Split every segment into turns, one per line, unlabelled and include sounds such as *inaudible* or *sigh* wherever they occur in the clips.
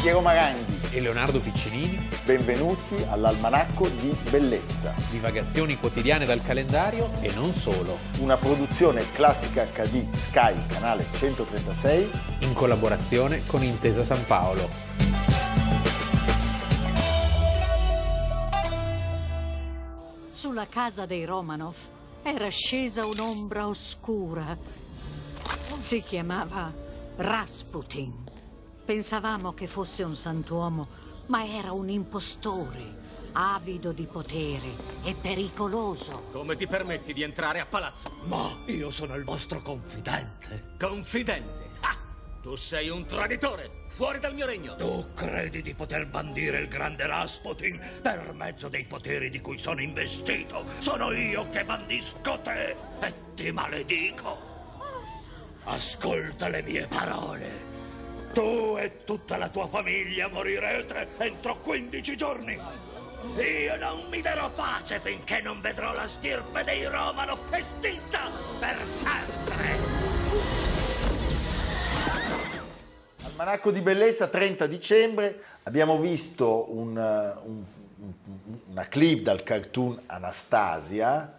Piero Maranghi.
e Leonardo Piccinini,
Benvenuti all'Almanacco di Bellezza,
divagazioni quotidiane dal calendario e non solo,
una produzione classica HD Sky, canale 136.
in collaborazione con Intesa San Paolo.
Sulla casa dei Romanov era scesa un'ombra oscura. Si chiamava Rasputin. Pensavamo che fosse un santuomo, ma era un impostore, avido di potere e pericoloso.
Come ti permetti di entrare a palazzo?
Ma io sono il vostro confidente.
Confidente. Ah, tu sei un traditore. Fuori dal mio regno.
Tu credi di poter bandire il grande Rasputin per mezzo dei poteri di cui sono investito? Sono io che bandisco te e ti maledico. Ascolta le mie parole. Tu e tutta la tua famiglia morirete entro 15 giorni. Io non mi darò pace finché non vedrò la stirpe dei Romano estinta per sempre.
Almanacco di Bellezza, 30 dicembre. Abbiamo visto un, eh, un- un- una clip dal cartoon Anastasia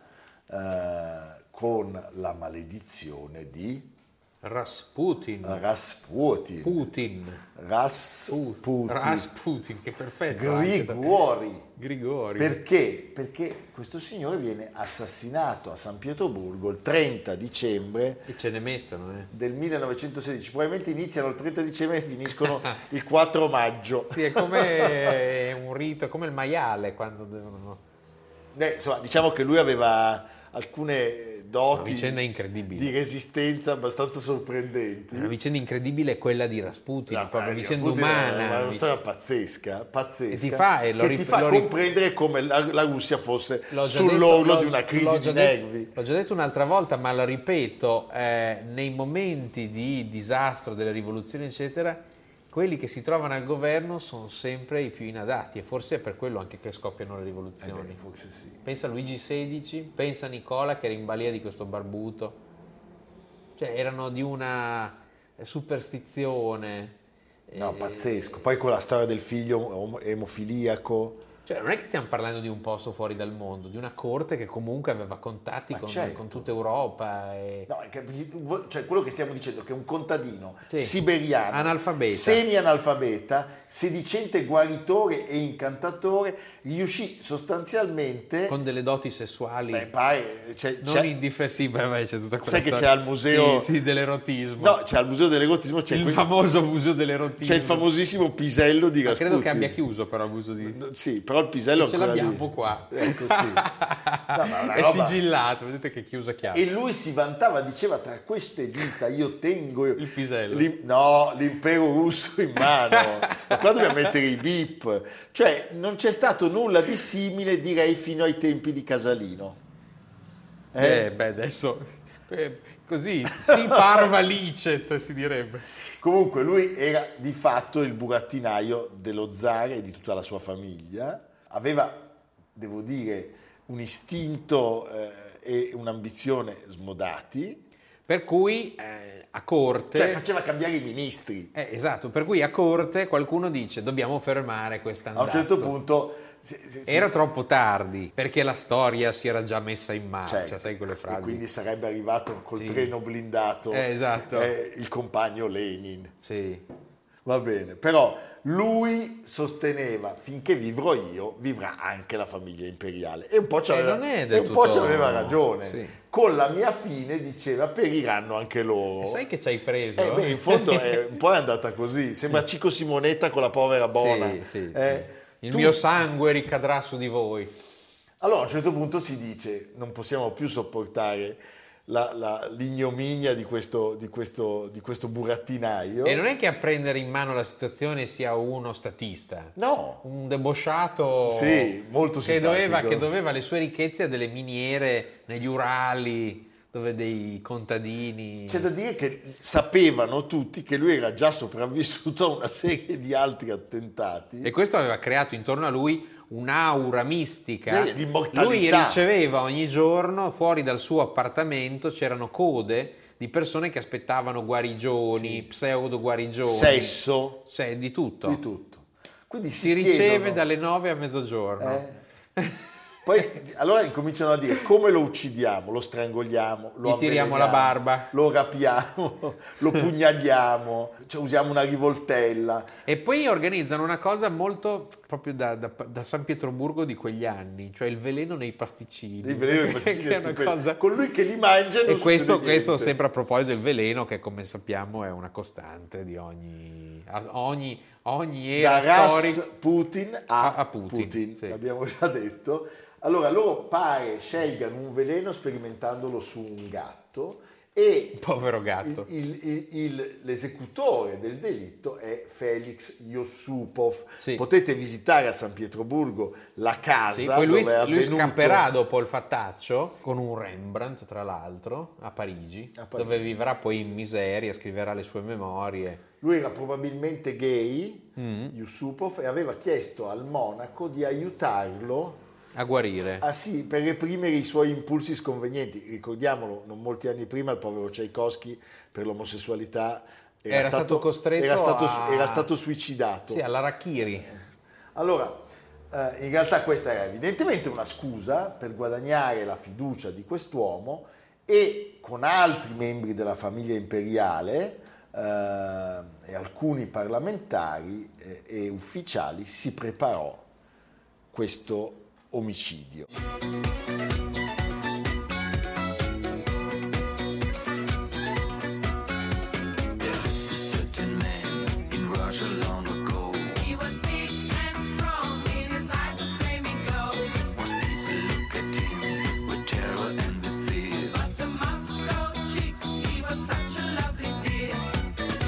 eh, con la maledizione di Ah.
Rasputin.
Rasputin.
Putin.
Rasputin.
Rasputin, che perfetto.
Grigori.
Grigori.
Perché? Perché questo signore viene assassinato a San Pietroburgo il 30 dicembre
E ce ne mettono, eh.
del 1916. Probabilmente iniziano il 30 dicembre e
*laughs*
finiscono il 4 maggio.
Sì, è come *laughs* un rito, è come il maiale quando devono...
*laughs* Beh, insomma, diciamo che lui aveva alcune
Una
doti
vicenda incredibile.
di resistenza abbastanza sorprendenti.
Una vicenda incredibile è quella di Rasputin,
La-
proprio
eh,
una vicenda
Rasputin
umana.
È una
dic-
storia pazzesca, pazzesca.
E si fa, e lo
che
rip-
ti fa
lo rip-
comprendere come la, la Russia fosse
L'ho già
sull'orlo
detto- l'ho-
di una
l'ho
crisi
già
di
detto-
nervi. Eh
L'ho già detto un'altra volta, ma lo ripeto, eh, nei momenti di disastro, delle rivoluzioni, eccetera, quelli che si trovano al governo sono sempre i più inadatti e forse è per quello anche che scoppiano le rivoluzioni.
Eh, forse sì.
Pensa a Luigi XVI, pensa a Nicola che era in balia di questo barbuto. Cioè erano di una superstizione.
No,
Eh,
pazzesco. Poi con la storia del figlio om- emofiliaco.
Cioè, non è che stiamo parlando di un posto fuori dal mondo, di una corte che comunque aveva contatti
Ma
con,
certo.
con tutta Europa. E...
No, è che- cioè quello che stiamo dicendo è che un contadino
Sì.
siberiano,
Analfabeta.
semi-analfabeta, sedicente guaritore e incantatore, riuscì sostanzialmente...
Con delle doti sessuali
Beh, pare, cioè,
non
c'è-
indifferenti, beh, beh, c'è tutta quella
Sai che
storia-
c'è al museo-
Sì, sì, dell'erotismo.
no, c'è al Museo dell'Erotismo c'è,
il
quel-
famoso museo dell'erotismo.
c'è il famosissimo pisello di
Ma
Rasputin.
Credo che abbia chiuso però il museo di...
No, Sì, però il pisello
Ce
ancora
l'abbiamo
lì. *laughs*
qua.
Ecco, sì. No, ma una
È
roba- Eh.
sigillato, vedete che è chiusa chiave.
E lui si vantava, diceva tra queste dita io tengo
Il pisello.
l'im- no, l'impero russo in mano. Ma qua dobbiamo mettere i bip. Cioè, non c'è stato nulla di simile, direi, fino ai tempi di Casalino.
Eh, beh, adesso... eh, così, si parva licet, si direbbe.
Comunque, lui era di fatto il burattinaio dello zar e di tutta la sua famiglia. Aveva, devo dire, un istinto eh, e un'ambizione smodati.
Per cui eh, a corte...
Cioè, faceva cambiare i ministri.
Eh, esatto, per cui a corte qualcuno dice dobbiamo fermare questa
A un certo punto si- si- si-
Esatto. Era troppo tardi, perché la storia si era già messa in marcia,
certo.
Ah, cioè, sai quelle
E
frasi.
quindi sarebbe arrivato col
Sì.
treno blindato
Eh, esatto.
eh, il compagno Lenin.
Sì.
Va bene, però lui sosteneva finché vivrò io, vivrà anche la famiglia imperiale. E un po' ci
Eh,
aveva,
non è del
e un po'
tutto-
ci aveva ragione.
sì.
Con la mia fine diceva periranno anche loro.
E sai che ci hai preso?
Boh. Eh, beh, in fondo
*laughs*
è un po' è andata così. Sembra Cico Simonetta con la povera Bona.
Sì, sì,
Eh,
sì. Il
tu-
mio sangue ricadrà su di voi.
Allora a un certo punto si dice non possiamo più sopportare la- la- l'ignominia di questo, di questo- di questo burattinaio.
E non è che a prendere in mano la situazione sia uno statista.
No,
Un debosciato
Sì, molto
che doveva,
simpatico.
che doveva le sue ricchezze a delle miniere negli Urali, dove dei contadini...
c'è da dire che sapevano tutti che lui era già sopravvissuto a una serie di altri attentati.
E questo aveva creato intorno a lui un'aura mistica.
Sì, l'immortalità.
Lui riceveva ogni giorno fuori dal suo appartamento c'erano code di persone che aspettavano guarigioni, pseudo guarigioni,
Sesso,
di tutto.
di tutto. Quindi
Si
chiedono- Eh.
riceve dalle 9 a mezzogiorno.
Poi allora incominciano a dire come lo uccidiamo, lo strangoliamo, lo
Gli tiriamo
avveleniamo,
la barba.
lo rapiamo, *laughs* lo pugnaliamo, cioè usiamo una rivoltella.
E poi organizzano una cosa molto proprio da, da- da San Pietroburgo di quegli anni, cioè il veleno nei pasticcini.
Il veleno di
*laughs* Che
pasticino
è una cosa-
Con lui che li mangia non
E questo,
succede
questo
niente.
sempre a proposito del veleno, che come sappiamo è una costante di ogni, a- ogni, ogni
da
era
Ras
storica.
Putin a,
A- a Putin, sì.
l'abbiamo già detto. Allora loro pare scelgano un veleno sperimentandolo su un gatto e
Povero gatto.
il- il- il- l'esecutore del delitto è Felix Yosupov.
Sì.
Potete visitare a San Pietroburgo la casa
Sì, poi lui,
dove è
lui
avvenuto.
scapperà dopo il fattaccio con un Rembrandt, tra l'altro, a Parigi,
A Parigi.
dove vivrà poi in miseria, scriverà le sue memorie.
Lui era probabilmente gay,
Mm.
Yusupov, e aveva chiesto al monaco di aiutarlo
A guarire.
Ah sì, per reprimere i suoi impulsi sconvenienti. Ricordiamolo, non molti anni prima il povero Tchaikovsky per l'omosessualità
Era stato costretto
era stato,
a-
era stato suicidato.
Sì, all'Arachiri.
Allora, eh, in realtà questa era evidentemente una scusa per guadagnare la fiducia di quest'uomo e con altri membri della famiglia imperiale eh, e alcuni parlamentari eh, e ufficiali si preparò questo omicidio.
He was big and strong, in his eyes a flaming glow. But to Moscow chicks, he was such a lovely dear.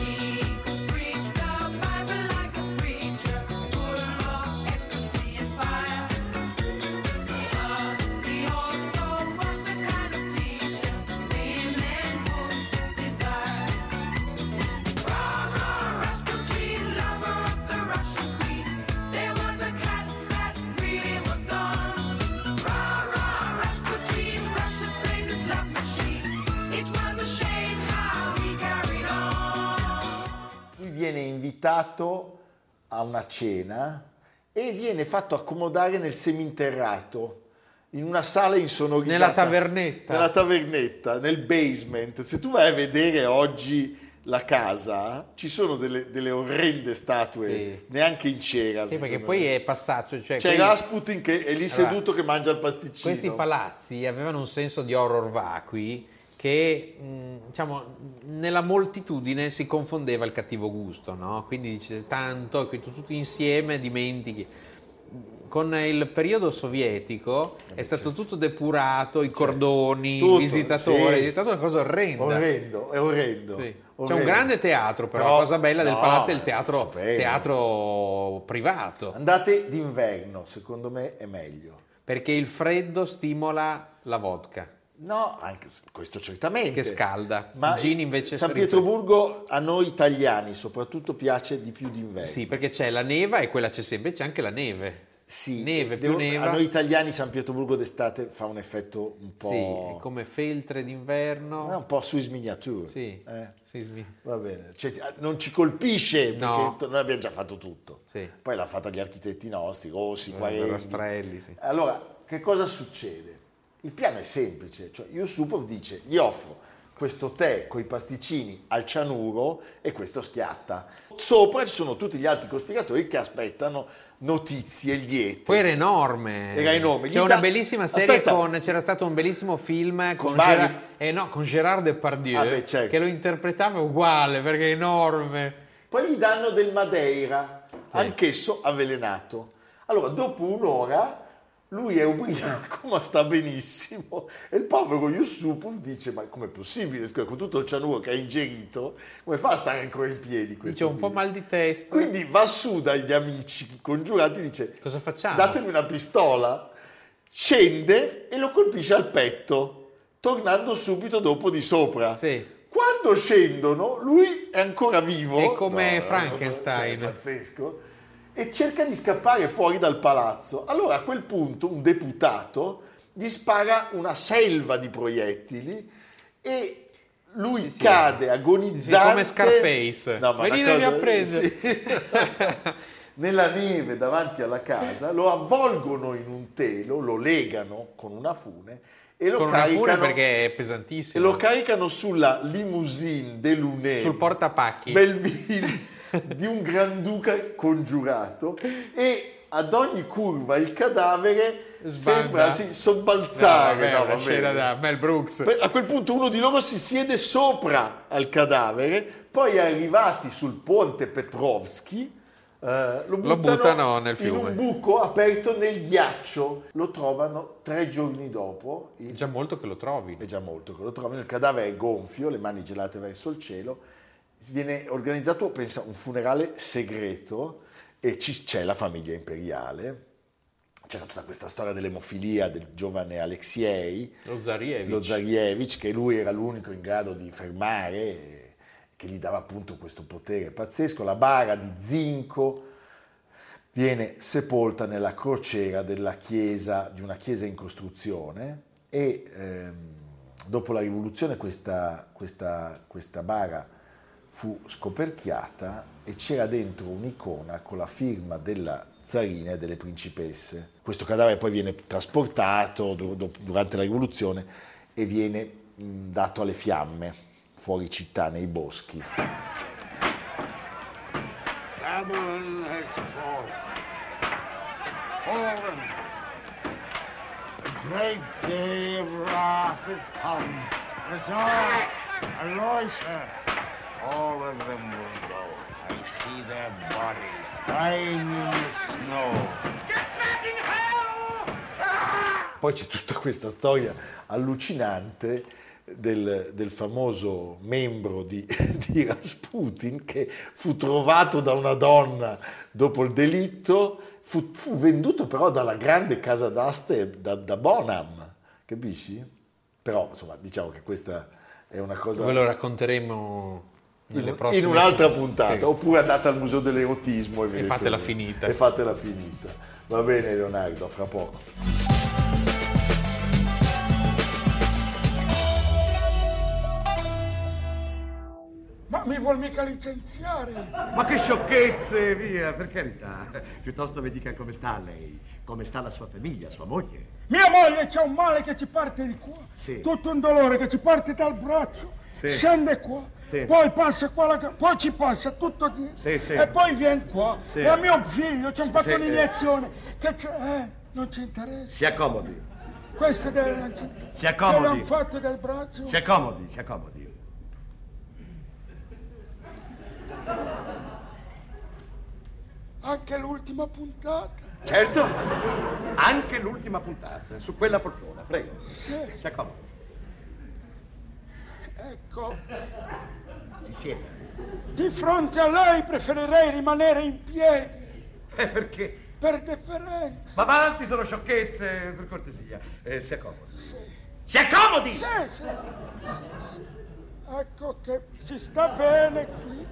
He could preach the Bible like a preacher, full of ecstasy and fire. But he also was the kind of teacher women would desire. Rasputin, lover of the Russian queen. There was a cat that really was gone. Rah rah, Rasputin, Russia's greatest love machine. It was a shame how he carried on.
Lui viene invitato a una cena e viene fatto accomodare nel seminterrato, in una sala insonorizzata.
Nella tavernetta.
Nella tavernetta, nel basement. Se tu vai a vedere oggi la casa, ci sono delle, delle orrende statue,
Sì.
neanche in cera.
Sì, perché
secondo
poi
me.
è passaggio. Cioè
C'è
quei-
Rasputin che è lì
Allora,
seduto che mangia il pasticcino.
questi palazzi avevano un senso di horror vacui che mh, diciamo nella moltitudine si confondeva il cattivo gusto, no? Quindi dice tanto, qui tu- tutti insieme dimentichi. Con il periodo sovietico
Eh
è stato tutto depurato, i cordoni,
certo. Tutto,
i visitatori,
sì.
è diventata una cosa orrenda.
Orrendo, è orrendo.
Sì. C'è un
orrendo.
grande teatro, però,
Però-
la cosa bella del
no,
palazzo è
è
il teatro,
stupendo.
teatro privato.
Andate d'inverno, secondo me è meglio.
Perché il freddo stimola la vodka,
No, anche se- questo certamente.
che scalda.
Ma
il gin invece
San
rifre-
Pietroburgo a noi italiani soprattutto piace di più d'inverno.
Sì, perché c'è la neva e quella c'è sempre, c'è anche la neve.
Sì,
Neve,
devo-
più neva.
A noi italiani San Pietroburgo d'estate fa un effetto un
Sì, è
po'...
come feltre d'inverno.
eh, un po' Swiss miniature.
Sì,
Eh,
sì, smi-
va bene, Cioè, non ci colpisce perché
No.
to- noi abbiamo già fatto tutto.
Sì.
Poi l'hanno fatta gli architetti nostri, Rossi, Quarelli.
Rastrelli, sì.
Allora, che cosa succede? Il piano è semplice, cioè Yusupov dice gli offro questo tè con i pasticcini al cianuro e questo schiatta. Sopra ci sono tutti gli altri cospiratori che aspettano notizie liete.
Poi era enorme.
Era enorme. Gli
C'è una
dà-
bellissima serie
Aspetta.
con. C'era stato un bellissimo film con,
Bari?
Gerard, eh no, con Gerard Depardieu
Ah, beh, certo.
che lo interpretava uguale perché è enorme.
Poi gli danno del Madeira, anch'esso avvelenato. Allora, dopo un'ora, lui è ubriaco, *laughs* ma sta benissimo. E il povero Yusupov dice, ma com'è possibile? Scusa, Con tutto il cianuro che ha ingerito, come fa a stare ancora in piedi questo?
Dice un po'
qui?"
mal di testa.
Quindi va su dagli amici congiurati e dice,
Cosa facciamo?
datemi una pistola. Scende e lo colpisce al petto, tornando subito dopo di sopra.
Sì.
Quando scendono, lui è ancora vivo.
È come
no,
Frankenstein.
cioè, è pazzesco. E cerca di scappare fuori dal palazzo. Allora a quel punto un deputato gli spara una selva di proiettili e lui
sì.
cade agonizzante.
Sì, come Scarface.
ma
Venitemi
una
a prendere.
sì. Nella neve davanti alla casa lo avvolgono in un telo, lo legano con una fune e lo
con una
caricano
fune perché è
e
pesantissimo.
lo caricano sulla limousine de Lunet
Sul portapacchi.
Belleville di un granduca congiurato e ad ogni curva il cadavere sembra
Sbanda.
sì,
No,
sobbalzare
vabbè,
no,
una
va
scena
bene.
da Mel Brooks.
Beh, A quel punto uno di loro si siede sopra al cadavere, poi arrivati sul ponte Petrovski eh, lo, buttano
buttano nel
in
fiume.
un buco aperto nel ghiaccio. Lo trovano tre giorni dopo.
È
Il-
già molto che lo trovi.
È già molto che lo trovano. Il cadavere è gonfio, le mani gelate verso il cielo. Viene organizzato, pensa, un funerale segreto e ci- c'è la famiglia imperiale. C'era tutta questa storia dell'emofilia del giovane Alexei
Lo Zarievic.
lo Zarievich, che lui era l'unico in grado di fermare, eh, che gli dava appunto questo potere pazzesco. La bara di zinco viene sepolta nella crociera della chiesa, di una chiesa in costruzione e ehm, dopo la rivoluzione questa, questa, questa bara fu scoperchiata e c'era dentro un'icona con la firma della zarina e delle principesse. Questo cadavere poi viene trasportato du- du- durante la rivoluzione e viene mh, dato alle fiamme fuori città, nei boschi.
Babylon has fallen. Fallen. The great day of wrath has come. Azor, Aloysia, all of them will go. I see their bodies lying in the snow.
Poi c'è tutta questa storia allucinante del, del famoso membro di, *laughs* di Rasputin che fu trovato da una donna dopo il delitto, fu, fu venduto però dalla grande casa d'aste da, da Bonham, capisci? Però insomma diciamo che questa è una cosa
Ve lo racconteremo nelle
in,
prossime
in un'altra puntata,
puntate. *laughs* Sì.
oppure andate al Museo dell'Erotismo e, vedete-
fatela finita.
E fatela finita. Va bene Leonardo, a fra poco.
Ma mi vuol mica licenziare?
Ma che sciocchezze, via, per carità. Piuttosto vi dica come sta lei, come sta la sua famiglia, sua moglie.
Mia moglie c'è un male che ci parte di qua,
Sì.
tutto un dolore che ci parte dal braccio,
Sì.
scende qua,
Sì.
poi passa qua, la... poi ci passa tutto di...
Sì, sì.
e poi viene qua.
Sì.
E a mio figlio ci hanno fatto
sì, eh.
un'iniezione che c'è... Eh, non ci interessa.
Si accomodi,
Questo del... non ci interessa.
Si accomodi.
Che l'hanno fatto del braccio.
si accomodi, si accomodi.
Anche l'ultima puntata.
Certo, anche l'ultima puntata, su quella poltrona, prego.
Sì,
Si accomodi,
ecco.
si sieda.
Di fronte a lei preferirei rimanere in piedi,
Eh, perché?
per deferenza.
Ma avanti, sono sciocchezze, per cortesia. Eh, si accomodi. Si accomodi!
Sì, sì, sì, sì. Ecco che si sta bene qui.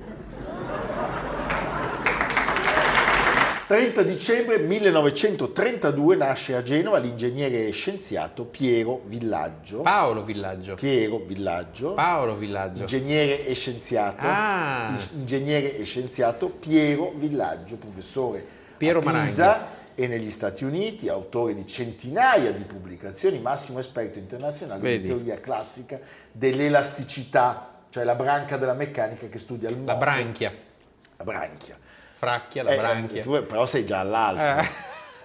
30 dicembre 1932 nasce a Genova l'ingegnere e scienziato Piero Villaggio.
Paolo Villaggio.
Piero Villaggio,
Paolo Villaggio.
ingegnere e scienziato.
Ah.
Ing- Ingegnere e scienziato Piero Villaggio, professore
Piero
a Pisa e negli Stati Uniti, autore di centinaia di pubblicazioni, massimo esperto internazionale
Vedi.
di teoria classica dell'elasticità, cioè la branca della meccanica che studia il moto.
la branchia.
La branchia.
Fracchia, la
Eh,
branchia.
tu però sei già all'alto.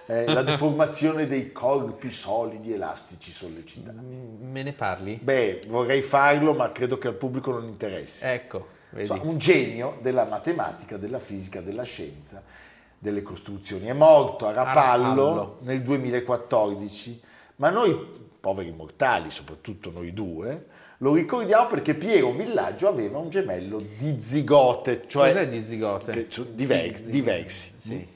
Eh, la deformazione dei corpi solidi elastici sollecitati.
Me ne parli?
Beh, vorrei farlo, ma credo che al pubblico non interessi.
Ecco, vedi.
Insomma, un genio della matematica, della fisica, della scienza, delle costruzioni. È morto a Rapallo,
Rapallo.
nel 2014, ma noi, poveri mortali, soprattutto noi due, lo ricordiamo perché Piero Villaggio aveva un gemello di zigote, cioè
Cos'è di zigote?
che- cioè, diver-
Di-
diversi,
Sì,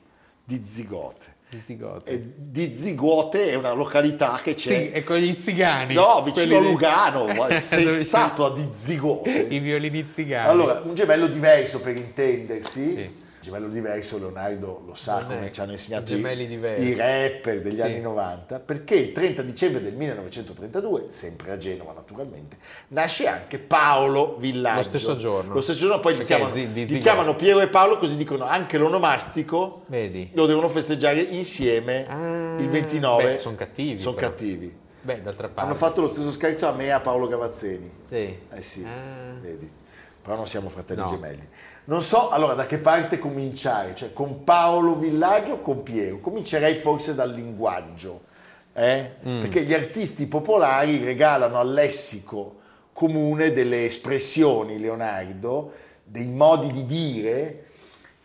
di zigote.
di zigote.
E di Zigote è una località che
Sì,
c'è
e con gli zigani.
cioè- no, vicino a
Quelli dei- *laughs*
Lugano, ma sei
Dove ci-
stato a di Zigote.
I violini zigani.
Allora, un gemello diverso per intendersi.
Ah, Sì.
gemello diverso, Leonardo lo sa
Non è.
come ci hanno insegnato
Gemelli diversi.
i rapper degli
Sì.
anni 90, perché il 30 dicembre del 1932, sempre a Genova naturalmente, nasce anche Paolo Villaggio.
Lo stesso giorno.
Lo stesso giorno poi li
Perché
chiamano,
zi- di
li
zingaro.
chiamano Piero e Paolo, così dicono anche l'onomastico
Vedi?
lo devono festeggiare insieme
Ah,
il 29.
beh, son cattivi,
Sono
però.
cattivi.
Beh, d'altra parte.
Hanno fatto lo stesso scherzo a me e a Paolo Cavazzeni.
Sì.
Eh sì,
Ah.
vedi. Però non siamo fratelli
No.
gemelli. Non so allora da che parte cominciare, cioè con Paolo Villaggio o con Piero. Comincerei forse dal linguaggio, eh? perché gli artisti popolari regalano al lessico comune delle espressioni, Leonardo, dei modi di dire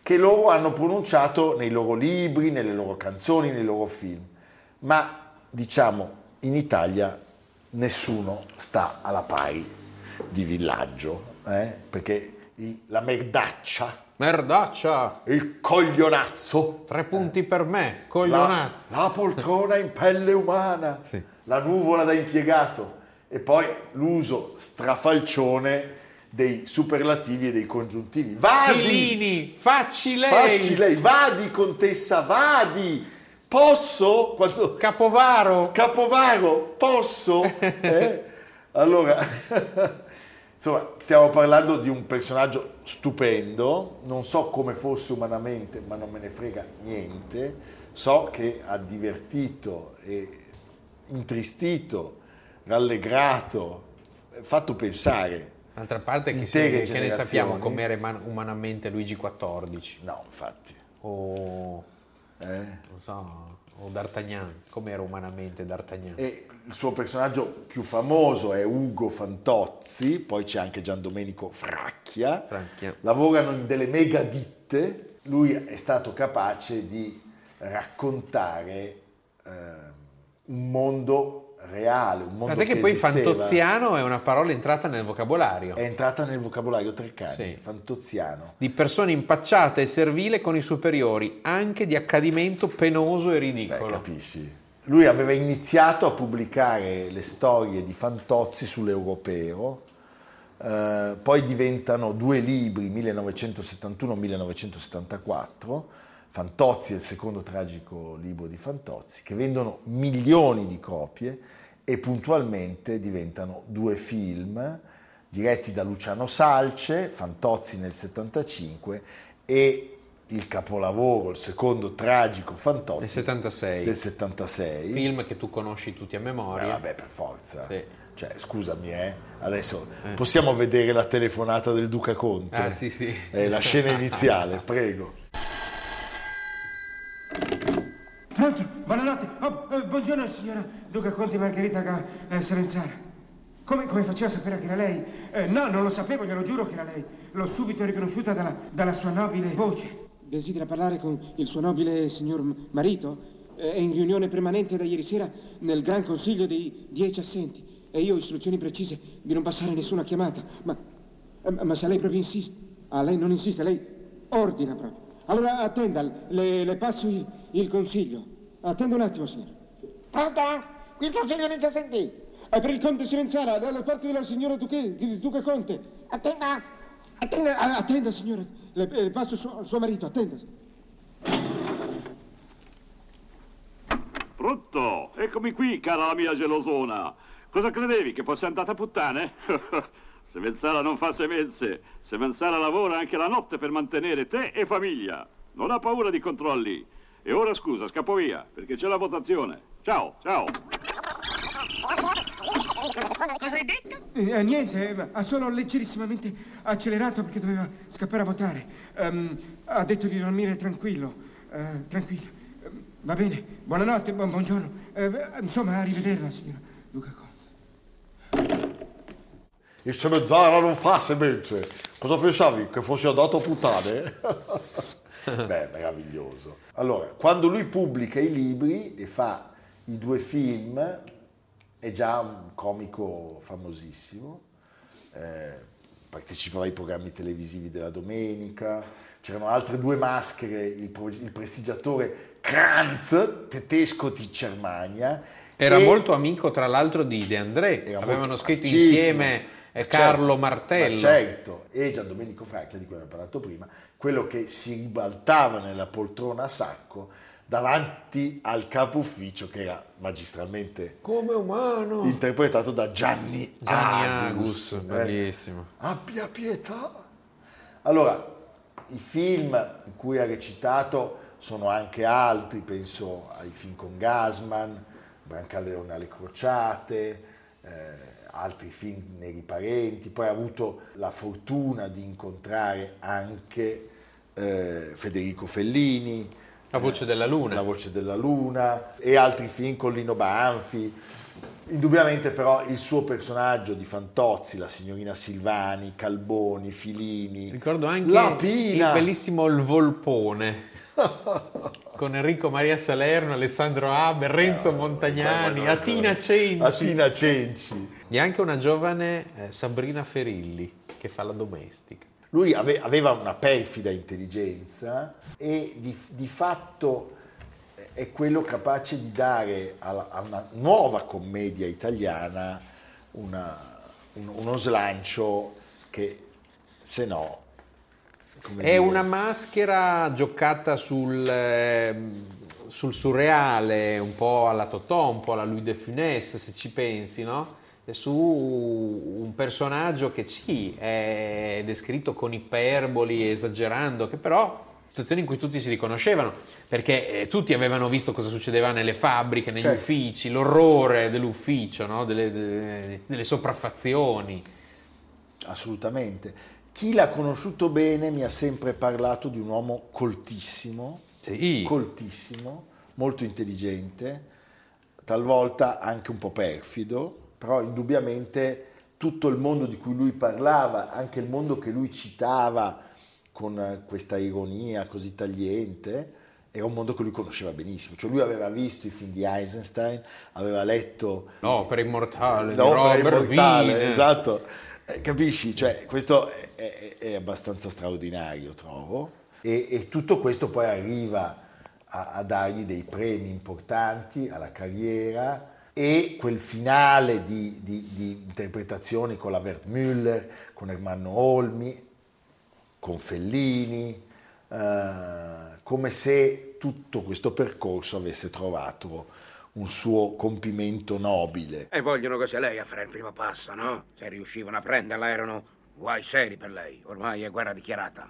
che loro hanno pronunciato nei loro libri, nelle loro canzoni, nei loro film. Ma diciamo, in Italia nessuno sta alla pari di villaggio, eh? perché il- la merdaccia,
Merdaccia!
il coglionazzo,
Tre punti per me,
la,
coglionazzo.
la poltrona in pelle umana,
Sì.
la nuvola da impiegato e poi l'uso strafalcione dei superlativi e dei congiuntivi. Vadi!
Filini, facci lei!
Facci lei, vadi contessa, vadi! Posso? Quando-
Capovaro!
Capovaro, posso? Eh? Allora, *laughs* insomma, stiamo parlando di un personaggio stupendo, non so come fosse umanamente, ma non me ne frega niente, so che ha divertito e intristito, rallegrato, fatto pensare.
D'altra parte che, si-
Intere
che ne
generazioni.
sappiamo com'era eman- umanamente Luigi XIV
No, infatti.
o
eh?
non so, o D'Artagnan, com'era umanamente D'Artagnan?
E Eh, il suo personaggio più famoso è Ugo Fantozzi, poi c'è anche Gian Domenico Fracchia.
Fracchia.
Lavorano in delle mega ditte. Lui è stato capace di raccontare ehm, un mondo reale, un mondo
Tant'è
che,
che poi
esisteva. Eh.
fantoziano è una parola entrata nel vocabolario
è entrata nel vocabolario Treccani,
Sì.
fantoziano.
di persone impacciate e servile con i superiori, anche di accadimento penoso e
Beh,
ridicolo.
capisci? Lui aveva iniziato a pubblicare le storie di Fantozzi sull'Europeo, eh, poi diventano due libri, 1971-1974, Fantozzi è il secondo tragico libro di Fantozzi, che vendono milioni di copie e puntualmente diventano due film diretti da Luciano Salce, Fantozzi nel 75 e il capolavoro, il secondo tragico Fantozzi
nel 76,
del 76.
film che tu conosci tutti a
Eh,
memoria.
vabbè, per forza.
Sì.
Cioè, scusami, eh, adesso possiamo vedere la telefonata del Duca Conte?
Ah, sì, sì.
Eh, la scena iniziale, prego.
Pronto? Buonanotte. Oh, eh, buongiorno signora Duca Conti Margherita Ga- eh, Serenzana. Come, come faceva a sapere che era lei? Eh, no, non lo sapevo, glielo giuro che era lei. L'ho subito riconosciuta dalla, dalla sua nobile voce. Desidera parlare con il suo nobile signor m- marito? Eh, È in riunione permanente da ieri sera nel Gran Consiglio dei Dieci Assenti. E io ho istruzioni precise di non passare nessuna chiamata. Ma, eh, ma se lei proprio insiste... Ah, lei non insiste, lei Ordina proprio. Allora attenda, le, le passo il, il consiglio. Attenda un attimo, signore.
Pronto? Qui il consiglio non ci senti.
È per il conte Silenzara, da da parte della signora Duque, di- Duca Conte.
Attenda.
Attenda, a- attenda signore. Le, le passo suo, suo marito, attenda.
Brutto! Eccomi qui, cara la mia gelosona! Cosa credevi, che fosse andata a puttane? *laughs* se Menzara non fa semenze, se Menzara lavora anche la notte per mantenere te e famiglia. Non ha paura di controlli. E ora scusa, scappo via, perché c'è la votazione. Ciao, ciao!
Cosa hai detto?
Eh, eh, niente, eh, ma ha solo leggerissimamente accelerato perché doveva scappare a votare. Ehm, ha detto di dormire tranquillo, eh, tranquillo. Ehm, va bene, buonanotte, buon- buongiorno. Eh, beh, insomma, arrivederla, signora Duca Conte.
Il Semenzara non fa semenze. Cosa pensavi? Che fosse andato a puttane? Beh, meraviglioso. Allora, quando lui pubblica i libri e fa i due film, è già un comico famosissimo. Eh, partecipava ai programmi televisivi della domenica. C'erano altre due maschere, il, pro- il prestigiatore Kranz, tedesco di Germania.
Era
e-
molto amico, tra l'altro, di De André.
Era
Avevano
molto
scritto
marxismo.
insieme è
Certo,
Carlo Martello.
Ma certo, e Gian Domenico Fracchia, di cui abbiamo parlato prima, quello che si ribaltava nella poltrona a sacco davanti al capo ufficio che era magistralmente
Come umano.
interpretato da Gianni,
Oh. Gianni
Agus.
Agus,
Eh,
bellissimo.
Abbia pietà. Allora, i film in cui ha recitato sono anche altri, penso ai film con Gasman, Brancaleone alle crociate, eh, altri film Neri Parenti, poi ha avuto la fortuna di incontrare anche eh, Federico Fellini,
La voce della luna.
La voce della luna e altri film con Lino Banfi. Indubbiamente però il suo personaggio di Fantozzi, la signorina Silvani, Calboni, Filini,
Ricordo anche
La
il
Pina,
bellissimo Il
*laughs*
Volpone con Enrico Maria Salerno, Alessandro Haber,
Eh,
Renzo Montagnani, Atina Cenci.
Atina Cenci.
E anche una giovane eh, Sabrina Ferilli che fa la domestica.
Lui ave- aveva una perfida intelligenza e di, di fatto eh, è quello capace di dare alla- a, una nuova commedia italiana una- un- uno slancio che se no... come
È
dire,
una maschera giocata sul, eh, sul surreale, un po' alla Totò, un po' alla Louis de Funès, se ci pensi, no? E Su un personaggio che sì, è descritto con iperboli, esagerando, che però situazioni in cui tutti si riconoscevano, perché eh, tutti avevano visto cosa succedeva nelle fabbriche, negli
Certo.
uffici, l'orrore dell'ufficio, no? delle, delle- delle sopraffazioni.
Assolutamente. Chi l'ha conosciuto bene mi ha sempre parlato di un uomo coltissimo,
Sì.
coltissimo, molto intelligente, talvolta anche un po' perfido, però indubbiamente tutto il mondo di cui lui parlava, anche il mondo che lui citava con eh, questa ironia così tagliente, era un mondo che lui conosceva benissimo. Cioè lui aveva visto i film di Eisenstein, aveva letto
L'opera immortale di
L'opera
Robert
immortale,
Wiener.
esatto. Eh, Capisci? Cioè, questo è, è- è abbastanza straordinario, trovo. E, e tutto questo poi arriva a, a dargli dei premi importanti alla carriera e quel finale di, di- di interpretazioni con la Wertmüller, con Ermanno Olmi, con Fellini, eh, come se tutto questo percorso avesse trovato un suo compimento nobile.
E vogliono che sia lei a fare il primo passo, no? Se riuscivano a prenderla erano guai seri per lei. Ormai è guerra dichiarata.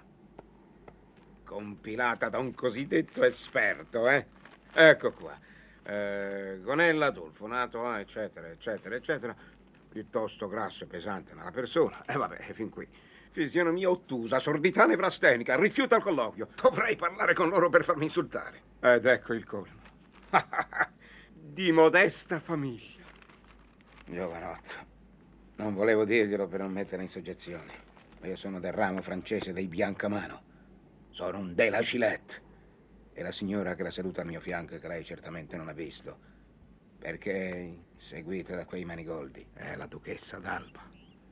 Compilata da un cosiddetto esperto, eh? Ecco qua. Eh, Gonella Adolfo, nato a eccetera, eccetera, eccetera. Piuttosto grasso e pesante nella persona. E vabbè, fin qui. Fisionomia ottusa, sordità nevrastenica, rifiuta il colloquio. Dovrei parlare con loro per farmi insultare. Ed ecco il colmo. *laughs* Di modesta famiglia. Giovanotto, non volevo dirglielo per non metterla in soggezione, ma io sono del ramo francese dei Biancamano. Sono un De La Gillette. E la signora che la seduta al mio fianco, che lei certamente non ha visto, perché è seguita da quei manigoldi, è la duchessa d'Alba.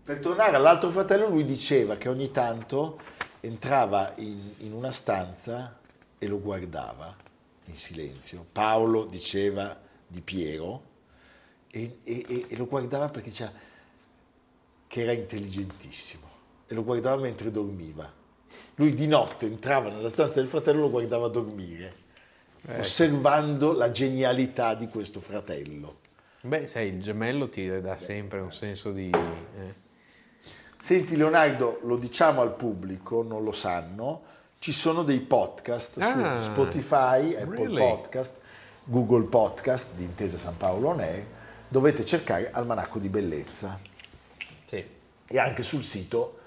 Per tornare all'altro fratello, lui diceva che ogni tanto entrava in, in una stanza e lo guardava in silenzio. Paolo diceva di Piero e, e- e- e lo guardava perché diceva che era intelligentissimo e lo guardava mentre dormiva. Lui di notte entrava nella stanza del fratello e lo guardava dormire,
Ecco.
osservando la genialità di questo fratello.
Beh, sai, il gemello ti dà sempre un senso di... eh.
Senti Leonardo, lo diciamo al pubblico, non lo sanno, ci sono dei podcast
Ah,
su Spotify, Apple
really?
Podcast, Google Podcast di Intesa San Paolo On Air, dovete cercare Almanacco di Bellezza e anche sul sito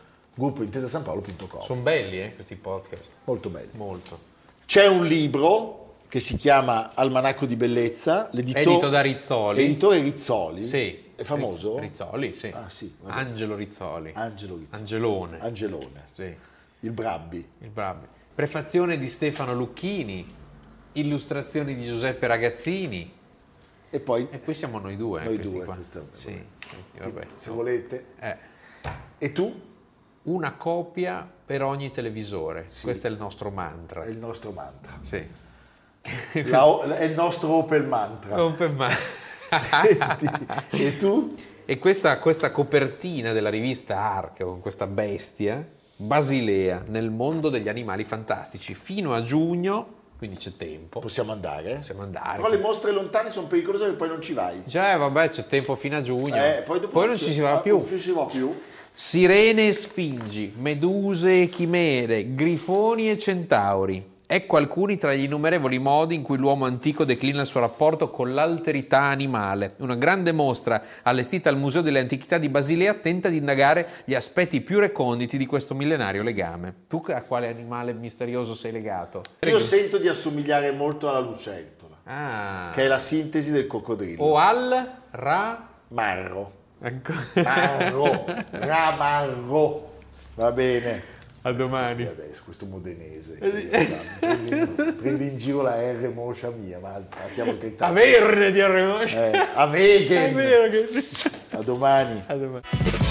gruppointesasanpaolo.com.
Sono belli eh, questi podcast.
Molto belli.
Molto.
C'è un libro che si chiama Almanacco di Bellezza, l'editore
Edito da Rizzoli.
Editore Rizzoli.
Sì.
È famoso?
Riz- Rizzoli, sì.
Ah, sì, vabbè.
Angelo Rizzoli.
Angelo Rizzoli.
Angelone.
Angelone.
Sì.
Il Brabbi.
Il Brabbi. Prefazione di Stefano Lucchini. Illustrazioni di Giuseppe Ragazzini.
E poi...
E poi siamo noi due. eh,
Noi
questi
due,
qua.
questo-
Sì, questi, vabbè.
Se volete.
Eh.
E tu?
Una copia per ogni televisore. Questo è il nostro mantra.
È il nostro
*laughs*
mantra.
Sì. Oh.
*laughs* La o- è il nostro open mantra.
Open man-
Senti, e tu?
E questa, questa copertina della rivista Arca con questa bestia, Basilea nel mondo degli animali fantastici, fino a giugno, quindi c'è tempo.
Possiamo andare?
Possiamo andare.
Però le mostre lontane sono pericolose perché poi non ci vai.
Già, eh, vabbè, c'è tempo fino a giugno.
Eh, poi dopo
non ci si
ah,
va più.
Non ci si va più.
Sirene e sfingi, meduse e chimere, grifoni e centauri. Ecco alcuni tra gli innumerevoli modi in cui l'uomo antico declina il suo rapporto con l'alterità animale. Una grande mostra allestita al Museo delle Antichità di Basilea tenta di indagare gli aspetti più reconditi di questo millenario legame. Tu a quale animale misterioso sei legato?
Io sento di assomigliare molto alla lucertola,
Ah. Oh.
che è la sintesi del coccodrillo.
O al ra... ecco.
Marro. Marro. Ramarro. Va bene.
*laughs* A domani.
Adesso questo modenese.
Eh
Prendi, prendi in giro la R moscia mia, ma ma stiamo scherzando.
Averne di Arremoce.
Eh, Avegen.
È vero che...
A domani.